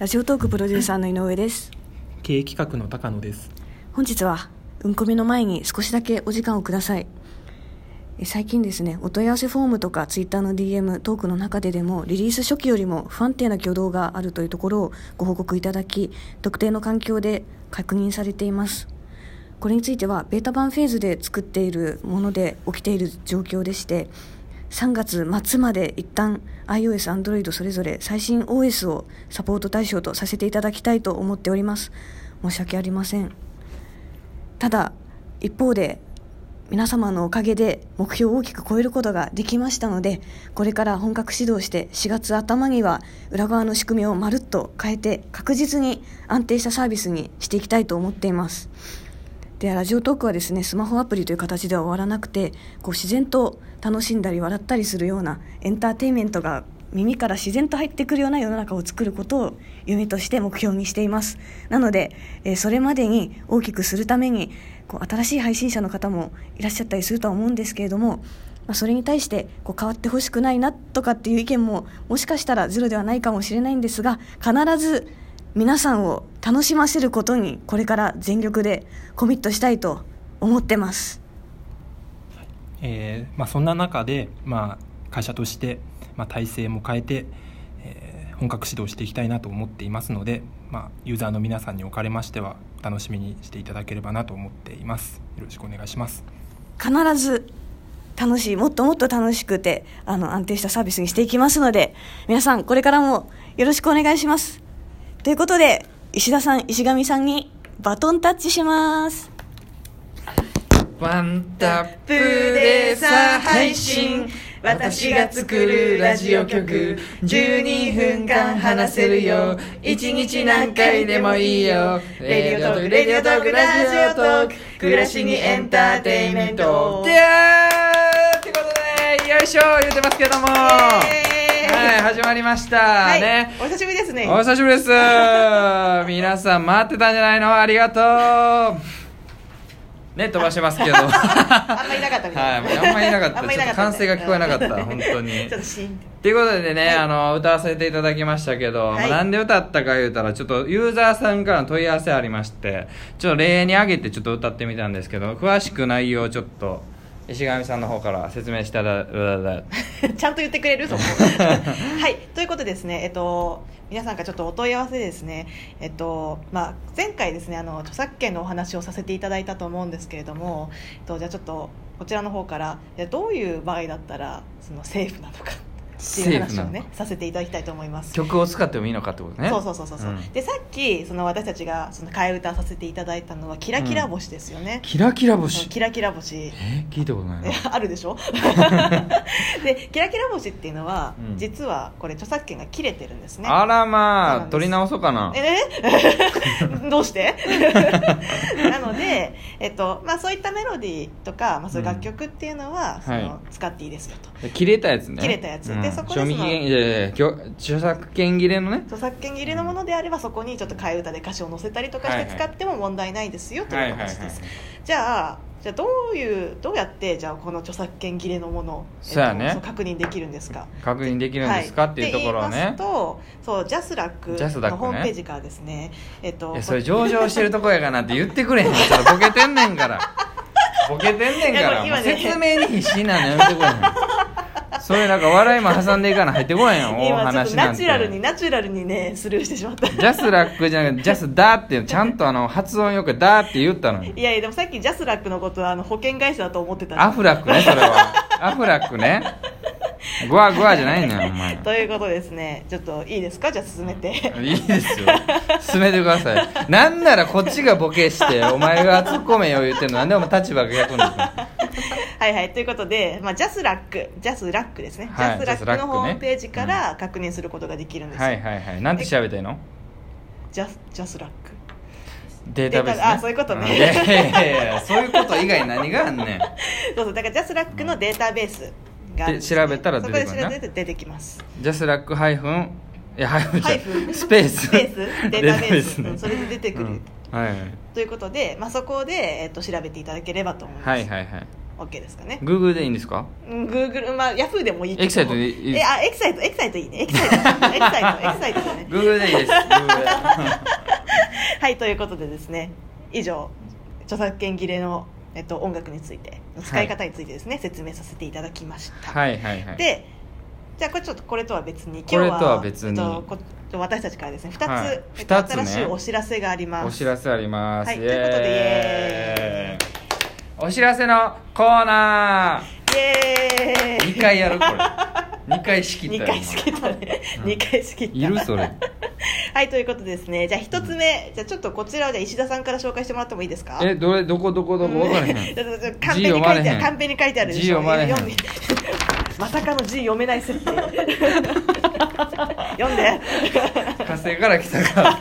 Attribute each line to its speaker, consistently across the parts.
Speaker 1: ラジオトークプロデューサーの井上です
Speaker 2: 経営企画の高野です
Speaker 1: 本日はうんこみの前に少しだけお時間をくださいえ最近ですねお問い合わせフォームとかツイッターの DM トークの中ででもリリース初期よりも不安定な挙動があるというところをご報告いただき特定の環境で確認されていますこれについてはベータ版フェーズで作っているもので起きている状況でして3月末まで一旦 iOS、Android それぞれ最新 OS をサポート対象とさせていただきたいと思っております申し訳ありませんただ一方で皆様のおかげで目標を大きく超えることができましたのでこれから本格始動して4月頭には裏側の仕組みをまるっと変えて確実に安定したサービスにしていきたいと思っていますでラジオトークはですねスマホアプリという形では終わらなくてこう自然と楽しんだり笑ったりするようなエンターテインメントが耳から自然と入ってくるような世の中を作ることを夢として目標にしていますなので、えーそれまでに大きくするためにこう新しい配信者の方もいらっしゃったりするとは思うんですけれども、まあ、それに対してこう変わってほしくないなとかっていう意見ももしかしたらゼロではないかもしれないんですが必ず皆さんを楽しませることにこれから全力でコミットしたいと思ってます
Speaker 2: えーまあ、そんな中で、まあ、会社として、まあ、体制も変えて、えー本格指導していきたいなと思っていますので、まあ、ユーザーの皆さんにおかれましてはお楽しみにしていただければなと思っていますよろしくお願いします
Speaker 1: 必ず楽しいもっともっと楽しくてあの安定したサービスにしていきますので皆さんこれからもよろしくお願いしますということで石田さん石上さんにバトンタッチします
Speaker 3: ワンタップでさ配信私が作るラジオ局12分間話せるよ1日何回でもいいよレディオトークレディオトークラジオトーク暮らしにエンターテインメント
Speaker 4: でーってことでよいしょ言ってますけども
Speaker 3: イエーイ
Speaker 4: はい始まりました、
Speaker 3: はい
Speaker 4: ね
Speaker 3: お久しぶりですね
Speaker 4: お久しぶりです皆さん待ってたんじゃないのありがとうね飛ばしてます けどは
Speaker 3: あんまりいなかったみたいな、
Speaker 4: いあんまりいなかった
Speaker 3: あんまりいなかった
Speaker 4: ちょっと歓声が聞こえなかった本当に
Speaker 3: ちょっとシーン
Speaker 4: ということでね、あの歌わせていただきましたけど、
Speaker 3: はい
Speaker 4: まあなんで歌ったか言うたらちょっとユーザーさんからの問い合わせありましてちょっと例に挙げてちょっと歌ってみたんですけど詳しく内容をちょっと石上さんの方から説明していただだ
Speaker 3: ちゃんと言ってくれ るそこはいということでですねえっと皆さんからちょっとお問い合わせですねえっとまあ前回ですねあの著作権のお話をさせていただいたと思うんですけれども、えっと、じゃあちょっとこちらの方からじゃあどういう場合だったらそのセーフなのかっていう
Speaker 4: セーフ
Speaker 3: 話
Speaker 4: な
Speaker 3: を
Speaker 4: の
Speaker 3: ねさせていただきたいと思います
Speaker 4: 曲を使ってもいいのかってことね
Speaker 3: そうそうそうそうそう、
Speaker 4: ん
Speaker 3: でさっきその私たちがその替え歌させていただいたのは「キラキラ星」ですよね、
Speaker 4: キラキラ
Speaker 3: そ
Speaker 4: 星
Speaker 3: のキラキラ星
Speaker 4: え聞いたことない
Speaker 3: え
Speaker 4: な
Speaker 3: あるでしょでキラキラ星っていうのは、
Speaker 4: うん
Speaker 3: 実はこれ著作権が切れてるんですね
Speaker 4: あら
Speaker 3: そう
Speaker 4: ま
Speaker 3: なん
Speaker 4: あ
Speaker 3: です
Speaker 4: 取り直そうかな
Speaker 3: え どうしてなので、えっとまあ、そういったメロディーとか、まあ、そういう楽曲っていうのは、その
Speaker 4: は
Speaker 3: 使っていいですよと
Speaker 4: 切れたやつね
Speaker 3: 切れたやつ
Speaker 4: うん
Speaker 3: でそこで
Speaker 4: 賞味期限いやいやいやきょ著作権切れのね
Speaker 3: 著作権切れのものであればそこにちょっと替え歌で歌詞を載せたりとか
Speaker 4: はい
Speaker 3: し
Speaker 4: は
Speaker 3: て
Speaker 4: い
Speaker 3: 使っても問題ないですよというお話ですじゃあじゃあどういうどうやってじゃあこの著作権切れのものを、
Speaker 4: そうやね
Speaker 3: えっと確認できるんですか
Speaker 4: 確認できるんですかっていうところは
Speaker 3: は
Speaker 4: ね
Speaker 3: い、って言いますとそうジャスラック
Speaker 4: ジャスラック
Speaker 3: の
Speaker 4: ね
Speaker 3: ホームページからですねえ
Speaker 4: い
Speaker 3: っと
Speaker 4: やそれ上場してるとこやかなって言ってくれへんかったらボケてんねん からボケてんねんか
Speaker 3: いや
Speaker 4: ら、
Speaker 3: 今
Speaker 4: もう
Speaker 3: ね
Speaker 4: 説明に必死なのやめてくれへんそれなんか笑いも挟んでいかない入ってこへんお
Speaker 3: 今ちょっ
Speaker 4: 話
Speaker 3: と
Speaker 4: な
Speaker 3: ナ
Speaker 4: んて
Speaker 3: チュラルにナチュラルにねスルーしてしまった
Speaker 4: ジャスラックじゃなくてジャスだってちゃんとあの発音よくだって言ったのに
Speaker 3: いやいやでもさっきジャスラックのことはあの保険会社だと思ってたんで
Speaker 4: アフラックねそれはアフラックねゴワゴワじゃないのよお前
Speaker 3: ということですねちょっといいですかじゃあ進めて
Speaker 4: いいですよ進めてくださいなんならこっちがボケしてお前が突っ込めよ言ってんのなんでお前立場が逆なんですか
Speaker 3: はいはいということで、まあ、ジャスラックジャスラックですね、
Speaker 4: はい
Speaker 3: ジャスラックのホームページか
Speaker 4: ジャス
Speaker 3: ら確認することができるんですよ、
Speaker 4: はいはいはいなんて調べたいの
Speaker 3: ジャスジャスラック
Speaker 4: データベース、ね、
Speaker 3: データあそういうことね
Speaker 4: んいやいやいやいやそういうこと以外何があんねん
Speaker 3: そうそうだからジャスラックのデータベースがあるんです
Speaker 4: で調べたら出てくるな
Speaker 3: そこで調べて出てきます
Speaker 4: ジャスラックハイフンいやハイフンじゃ
Speaker 3: ハイフン
Speaker 4: スペース
Speaker 3: スペースデータベース
Speaker 4: デ
Speaker 3: うんそれで出てくる、
Speaker 4: うんはいはい
Speaker 3: ということで、まあ、そこで、えっと、調べていただければと思います、
Speaker 4: はいはいはい
Speaker 3: OK ですかね
Speaker 4: Google でいいんですか
Speaker 3: うん Google まあ Yahoo でもいいけど
Speaker 4: エキサイトでいい
Speaker 3: えあエキサイトエキサイトいいねエキサイトエキサイトエキサイトだね
Speaker 4: Google でいいです Google
Speaker 3: はいということでですね以上著作権切れの、えっと、音楽について使い方についてですね、説明させていただきました、
Speaker 4: はいはいはい
Speaker 3: でじゃあこれちょっとこれとは別に今日
Speaker 4: これ
Speaker 3: は
Speaker 4: とは別に
Speaker 3: えっとこ私たちからですね2つ,、
Speaker 4: はい
Speaker 3: えっと
Speaker 4: 二つね
Speaker 3: 新しいお知らせがあります
Speaker 4: お知らせあります、
Speaker 3: はい
Speaker 4: イ
Speaker 3: ということで
Speaker 4: エーイお知らせのコーナ
Speaker 3: イエ
Speaker 4: ー
Speaker 3: ーイ
Speaker 4: 2回やるこれ2回仕切っ
Speaker 3: 二
Speaker 4: たよ
Speaker 3: 回仕切ったね
Speaker 4: うん
Speaker 3: 2回仕切った
Speaker 4: 今いるそれ
Speaker 3: はいということでですねじゃあ1つ目じゃあちょっとこちらをじゃあ石田さんから紹介してもらってもいいですか
Speaker 4: えどれどこどこどこ分からへん
Speaker 3: だってだって
Speaker 4: 字
Speaker 3: カンペに書い
Speaker 4: 読まれ
Speaker 3: て
Speaker 4: へ
Speaker 3: あ
Speaker 4: ん
Speaker 3: るカンペに書いてあるでしょ
Speaker 4: 字読まれへん
Speaker 3: 読んでまさかの字読めない 設定読んで
Speaker 4: 火星から来た か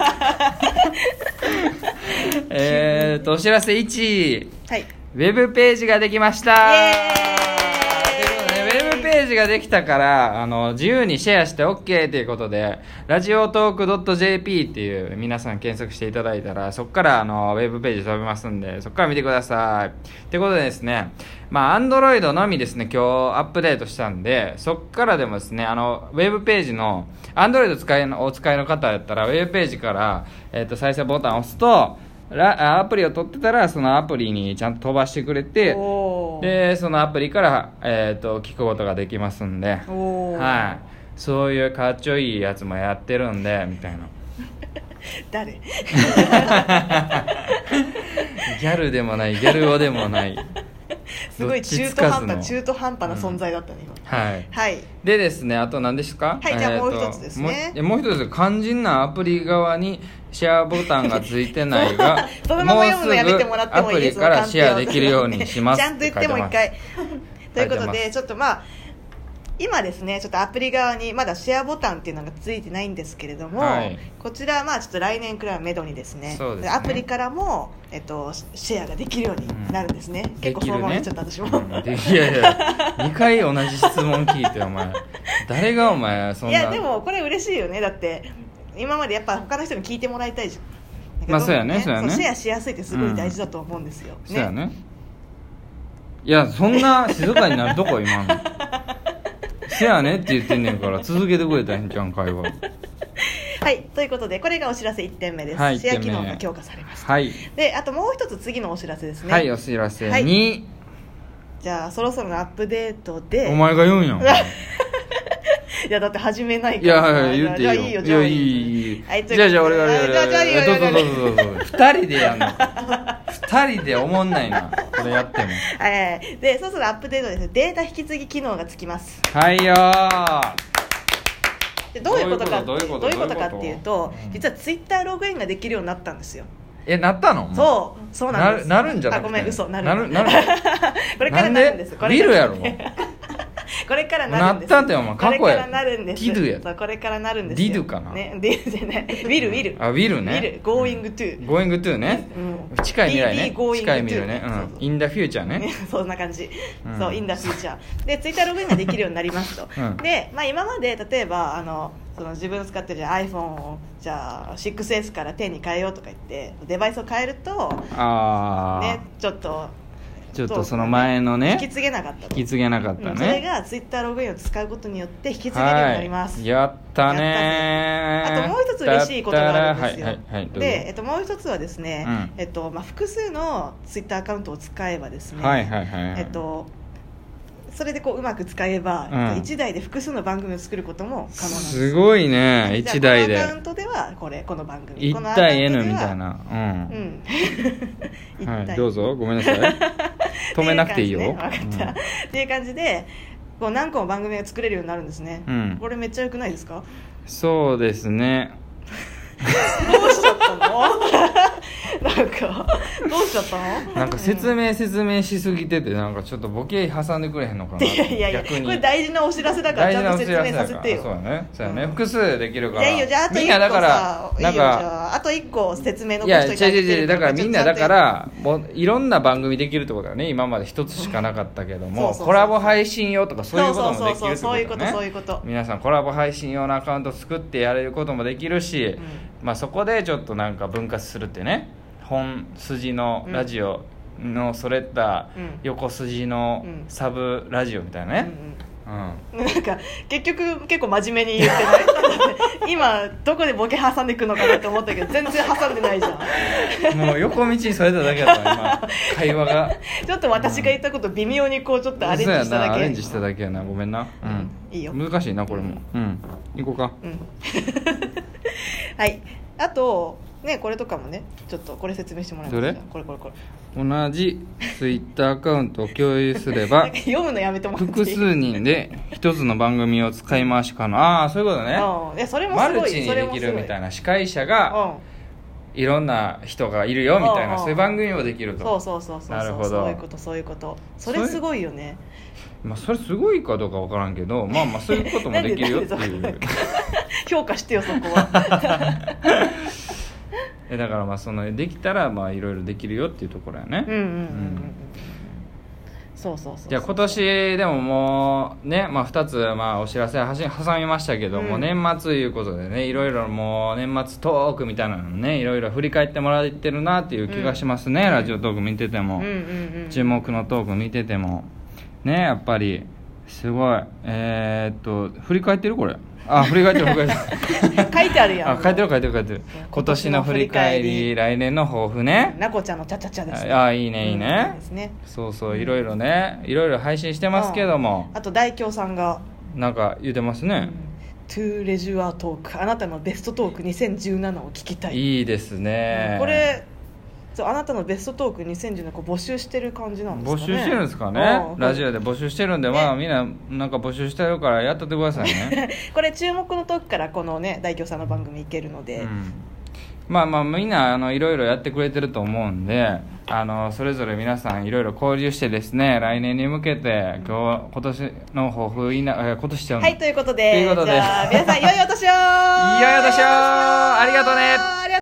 Speaker 4: えーとお知らせ1
Speaker 3: はい
Speaker 4: ウェブページができました
Speaker 3: イエーイ
Speaker 4: ということでねウェブページができたからあの自由にシェアして OK ということでラジオトーク .jp っていう皆さん検索していただいたらそこからあのウェブページ飛びますんでそこから見てくださいということでですねまあ Android のみですね今日アップデートしたんでそこからでもですねあのウェブページの Android 使いのお使いの方やったらウェブページから、えっと再生ボタンを押すとラアプリを取ってたらそのアプリにちゃんと飛ばしてくれて
Speaker 3: おー
Speaker 4: でそのアプリから、えー、と聞くことができますんで、
Speaker 3: おー
Speaker 4: はい、そういうかっちょいいやつもやってるんでみたいな
Speaker 3: 誰
Speaker 4: ギャルでもないギャル男でもない
Speaker 3: すごい中途半端中途半端な存在だったね今
Speaker 4: はい
Speaker 3: はい
Speaker 4: でですねあと何ですか
Speaker 3: はいじゃあ
Speaker 4: えーと
Speaker 3: もう一つですね
Speaker 4: もういやもう一つ肝心なアプリ側にシェアボタンがついてないが
Speaker 3: そのまま読むのやめてもらってもいいです
Speaker 4: もうすぐアプリからシェアできるようにします
Speaker 3: ちゃんと言ってもう一
Speaker 4: 書い
Speaker 3: 回
Speaker 4: て
Speaker 3: ということ
Speaker 4: 書いて
Speaker 3: でちょっとまあ今ですねちょっとアプリ側にまだシェアボタンっていうのがついてないんですけれども、
Speaker 4: はい
Speaker 3: こちらはまあちょっと来年くらいはめどにですね
Speaker 4: そうですね
Speaker 3: アプリからも、えっと、シェアができるようになるんですね、
Speaker 4: ます
Speaker 3: 結構そのままやっちゃった私も、
Speaker 4: うんでいやいや2回同じ質問聞いてお前誰がお前そん
Speaker 3: い
Speaker 4: な
Speaker 3: やでもこれ嬉しいよねだって今までやっぱ他の人に聞いてもらいたいじゃんなんか
Speaker 4: まあ
Speaker 3: どんどん
Speaker 4: そうやねそうやね
Speaker 3: シェアしやすいってすごい大事だと思うんですよ、
Speaker 4: そうやねいやそんな静かになるとこ今のせやねって言ってんねんから続けてくれたらええんちゃうん会話
Speaker 3: はいということでこれがお知らせ1点目です、
Speaker 4: はい
Speaker 3: シェア機
Speaker 4: 一
Speaker 3: 能
Speaker 4: 点目
Speaker 3: が強化されます
Speaker 4: はい、
Speaker 3: であともう一つ次のお知らせですね、
Speaker 4: はいお知らせ
Speaker 3: はい
Speaker 4: に、
Speaker 3: じゃあそろそろのアップデートで
Speaker 4: お前が言うんやん
Speaker 3: いやだって始めない
Speaker 4: い
Speaker 3: から
Speaker 4: やいや言っていいよ
Speaker 3: じゃあ
Speaker 4: いや
Speaker 3: いいよ
Speaker 4: いいいい
Speaker 3: はいと
Speaker 4: じゃあじゃあ俺が
Speaker 3: はいじゃあじゃあいいよ
Speaker 4: どうぞ
Speaker 3: いいよいいよ
Speaker 4: どうぞどうぞ二人でやんの二人でおもんないなこれやっても
Speaker 3: えーでそろそろアップデートですねデータ引き継ぎ機能がつきます
Speaker 4: はいよー
Speaker 3: でどういうことかって
Speaker 4: どういうこと
Speaker 3: どういうことかっていうと
Speaker 4: うん
Speaker 3: 実はツイッターログインができるようになったんですよ
Speaker 4: えなったの
Speaker 3: そうそうなんです
Speaker 4: なるなるんじゃな
Speaker 3: あ
Speaker 4: くて
Speaker 3: ごめん嘘なる
Speaker 4: なるなる
Speaker 3: これからなるんですこ
Speaker 4: な
Speaker 3: れ
Speaker 4: ビ
Speaker 3: から
Speaker 4: ルやろ
Speaker 3: これからなるんです
Speaker 4: なったんだよお前過去や
Speaker 3: これからなるんです
Speaker 4: ディドゥや
Speaker 3: そうこれからなるんです
Speaker 4: ディドゥかな
Speaker 3: ねデ ィドゥじゃないウィルウィル
Speaker 4: あウィル
Speaker 3: ウ
Speaker 4: ね
Speaker 3: ィル going to
Speaker 4: Going to ね、
Speaker 3: うん
Speaker 4: 近い未来
Speaker 3: DD
Speaker 4: ね
Speaker 3: going
Speaker 4: 近い未来ね
Speaker 3: to そうそう
Speaker 4: うん In the future ね
Speaker 3: ね、 そんな感
Speaker 4: う
Speaker 3: じ、
Speaker 4: ん
Speaker 3: そうインダフューチャーでツイッターログインができるようになりますと、
Speaker 4: うん
Speaker 3: で、まあ、今まで例えばあのその自分の使ってるじゃあ iPhone をじゃあ 6S から10に変えようとか言ってデバイスを変えると
Speaker 4: ああ、
Speaker 3: ねちょっと
Speaker 4: ちょっとその前のね
Speaker 3: 引き継げなかったと
Speaker 4: 引き継げなかったね、
Speaker 3: うんそれがツイッターログインを使うことによって引き継げるようになります、
Speaker 4: はい、やったね
Speaker 3: あともう一つ嬉しいことがあるんですよ、
Speaker 4: はいはいはいどうぞ
Speaker 3: で、えっと、もう一つはですね、
Speaker 4: うん
Speaker 3: えっとまあ、複数のツイッターアカウントを使えばですね、
Speaker 4: はいはいはいはい
Speaker 3: えっと、それでこううまく使えば、
Speaker 4: うん
Speaker 3: えっと一台で複数の番組を作ることも可能なんです
Speaker 4: ごいね
Speaker 3: じゃあ
Speaker 4: 一台で
Speaker 3: このアカウントではこれこの番組
Speaker 4: 一
Speaker 3: このアカウント
Speaker 4: 対
Speaker 3: では
Speaker 4: N みたいな
Speaker 3: う
Speaker 4: うんん、
Speaker 3: 一
Speaker 4: は
Speaker 3: 対
Speaker 4: い、どうぞごめんなさい 止めなくていいよ、
Speaker 3: っていう感じねわかったっていう感じでこう何個も番組が作れるようになるんですね、
Speaker 4: うん
Speaker 3: これめっちゃよくないですか
Speaker 4: うんそうですね
Speaker 3: どうしちゃったの なんかどうしちゃったの
Speaker 4: なんか説明説明しすぎててなんかちょっとボケ挟んでくれへんのかない
Speaker 3: やいやいやこ
Speaker 4: 逆に
Speaker 3: れ大事なお知らせだから
Speaker 4: 大
Speaker 3: ち
Speaker 4: 事な
Speaker 3: ゃん
Speaker 4: お
Speaker 3: と
Speaker 4: 知
Speaker 3: 説
Speaker 4: らせ
Speaker 3: 明
Speaker 4: だか
Speaker 3: させ
Speaker 4: ら
Speaker 3: てよ
Speaker 4: そうやねそうや
Speaker 3: う
Speaker 4: ね
Speaker 3: ん
Speaker 4: 複数できる
Speaker 3: い
Speaker 4: から
Speaker 3: やいいよじゃああと
Speaker 4: みん
Speaker 3: 一
Speaker 4: な
Speaker 3: 個
Speaker 4: だから
Speaker 3: さいい
Speaker 4: な
Speaker 3: よ
Speaker 4: ん
Speaker 3: じ
Speaker 4: か
Speaker 3: ゃああと一個説明の
Speaker 4: いや違う
Speaker 3: 人に
Speaker 4: 違う違うだからみんなだか
Speaker 3: ちゃ
Speaker 4: らもういろんな番組できるってことだよね今まで一つしかなかったけども
Speaker 3: うんそうそうそう
Speaker 4: コラボ配信用とかそういうこともできるって
Speaker 3: そうそうそうそうそういう
Speaker 4: こ
Speaker 3: ことと
Speaker 4: だ
Speaker 3: そういう
Speaker 4: ね
Speaker 3: こと
Speaker 4: 皆さんコラボ配信用のアカウント作ってやれることもできるし
Speaker 3: ん、
Speaker 4: まあ、そこでちょっとなんか分割するってね本筋のラジオのそれった
Speaker 3: うん
Speaker 4: 横筋の
Speaker 3: うん
Speaker 4: サブラジオみたいな
Speaker 3: う
Speaker 4: ね、
Speaker 3: ん
Speaker 4: うん
Speaker 3: うん、 なんか結局結構真面目に言ってない 今どこでボケ挟んでいくのかなって思ったけど全然挟んでないじゃん
Speaker 4: もう横道にそれただけだった 今会話が
Speaker 3: ちょっと私が言ったこと微妙にこうちょっとアレンジした
Speaker 4: 嘘や
Speaker 3: だ
Speaker 4: なア
Speaker 3: け
Speaker 4: レンジしただけやなごめんな、うん、
Speaker 3: いいよ
Speaker 4: 難しいなこれもうん行こうか
Speaker 3: うん はいあとねこれとかもねちょっとこれ説明してもらいます
Speaker 4: どれ
Speaker 3: じゃあこれこれこれ
Speaker 4: 同じツイッターアカウントを共有すれば
Speaker 3: なんか読むのやめてもらってい
Speaker 4: 複
Speaker 3: い
Speaker 4: 数人で一つの番組を使い回し可能ああそういうことね
Speaker 3: うんいやそれも
Speaker 4: マ
Speaker 3: す
Speaker 4: ル
Speaker 3: ごい
Speaker 4: チに
Speaker 3: それ
Speaker 4: で
Speaker 3: も
Speaker 4: き
Speaker 3: す
Speaker 4: る
Speaker 3: ご
Speaker 4: みたい
Speaker 3: い
Speaker 4: な司会者が
Speaker 3: うん
Speaker 4: いろんな人がいるよみたい
Speaker 3: うん
Speaker 4: なそういう番組もできる
Speaker 3: そう
Speaker 4: と
Speaker 3: そうそうそう
Speaker 4: なる
Speaker 3: そ
Speaker 4: ほ
Speaker 3: う
Speaker 4: ど
Speaker 3: そういうことそういうことそれすごいよね
Speaker 4: まあそれすごいかどうかわからんけどまあまあそういうこともできるよっ て
Speaker 3: なん
Speaker 4: い
Speaker 3: で
Speaker 4: う
Speaker 3: なんで評価してよそこ は
Speaker 4: えだからまあそのできたらまあいろいろできるよっていうところやね
Speaker 3: うんうんうんうんうんそうそうそう
Speaker 4: じゃあ今年でももうね、まあ、2つまあお知らせはし挟みましたけども、
Speaker 3: うん
Speaker 4: 年末いうことでねいろいろもう年末トークみたいなのねいろいろ振り返ってもらってるなっていう気がしますね、ラジオトーク見てても、
Speaker 3: うんうんうん
Speaker 4: 注目のトーク見ててもねやっぱりすごいえー、っと振り返ってるこれあ振り返ってる 振り返ってる
Speaker 3: 書いてあるやん
Speaker 4: あ書いてる書いてる書いてる今年の振り返り来年の抱負ね
Speaker 3: なこちゃんのチャチャチャです
Speaker 4: ああいいねいいね
Speaker 3: うんですね
Speaker 4: そうそういろいろねいろいろ配信してますけども、
Speaker 3: あと大京さんが
Speaker 4: なんか言うてますね、
Speaker 3: 「To Leisure Talk あなたのベストトーク2017を聞きたい」
Speaker 4: いいですね
Speaker 3: これそうあなたのベストトーク2017こう募集してる感じなんです
Speaker 4: 募
Speaker 3: かね
Speaker 4: 集してるんですかね
Speaker 3: うん
Speaker 4: ラジオで募集してるんでまあみんななんか募集してるからやっとってくださいね、
Speaker 3: これ注目のトークからこのね大京さんの番組いけるの
Speaker 4: う
Speaker 3: で、
Speaker 4: ん、まあまあみんなあのいろいろやってくれてると思うんであのそれぞれ皆さんいろいろ交流してですね来年に向けて今日今年の抱負いなえ今年ちゃうの
Speaker 3: はいということ
Speaker 4: とい
Speaker 3: で
Speaker 4: うことで
Speaker 3: じゃあ皆さん良いお年を
Speaker 4: いやよいお年をありがとうね